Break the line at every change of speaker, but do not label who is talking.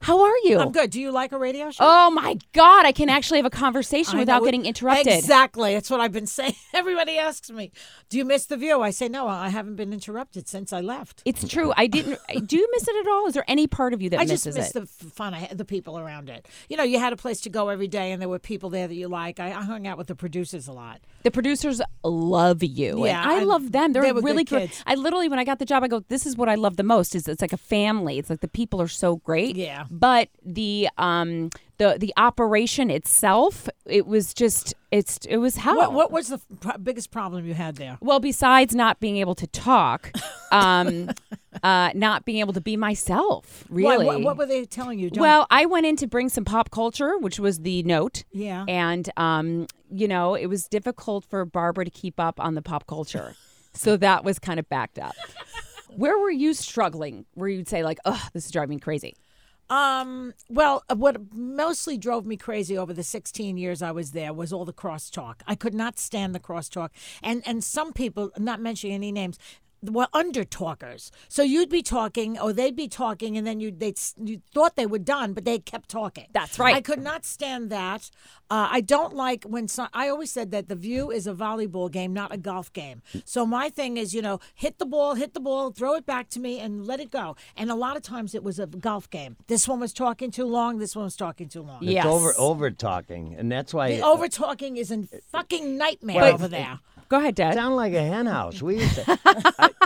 How are you?
I'm good. Do you like a radio show?
Oh my God, I can actually have a conversation
I
without
know.
getting interrupted.
Exactly. That's what I've been saying. Everybody asks me, "Do you miss the view?" I say, "No, I haven't been interrupted since I left."
It's true. I didn't. Do you miss it at all? Is there any part of you that
I just
misses
miss
it?
the f- fun, I had, the people around it. You know, you had a place to go every day, and there were people there that you like. I, I hung out with the producers a lot.
the producers love you.
Yeah,
and I
I-
love them. They're
they were good
really great.
kids.
I literally, when I got the job, I go, "This is what I love the most." Is it's like a family. It's like the people are so great.
Yeah.
But the um the the operation itself, it was just it's it was hell.
What, what was the f- pro- biggest problem you had there?
Well, besides not being able to talk, um, uh, not being able to be myself,
Why-
really.
what, what were they telling you? Don't-
well, I went in to bring some pop culture, which was the note.
Yeah.
And, um, you know, it was difficult for Barbara to keep up on the pop culture. so that was kind of backed up. Where were you struggling where you'd say, like, oh, this is driving me crazy?
Um, well, uh, what mostly drove me crazy over the 16 years I was there was all the crosstalk. I could not stand the crosstalk. And and some people, not mentioning any names, were under talkers. So you'd be talking or they'd be talking and then you they you thought they were done, but they kept talking.
That's right.
I could not stand that. Uh, I don't like when so- I always said that the view is a volleyball game, not a golf game. So my thing is, you know, hit the ball, hit the ball, throw it back to me, and let it go. And a lot of times it was a golf game. This one was talking too long. This one was talking too long.
Yeah.
It's over
Yes.
over talking, and that's why
The
it
over talking is a fucking nightmare
Well,
over there.
Go ahead, Dad.
sound like a hen house. We used to, I,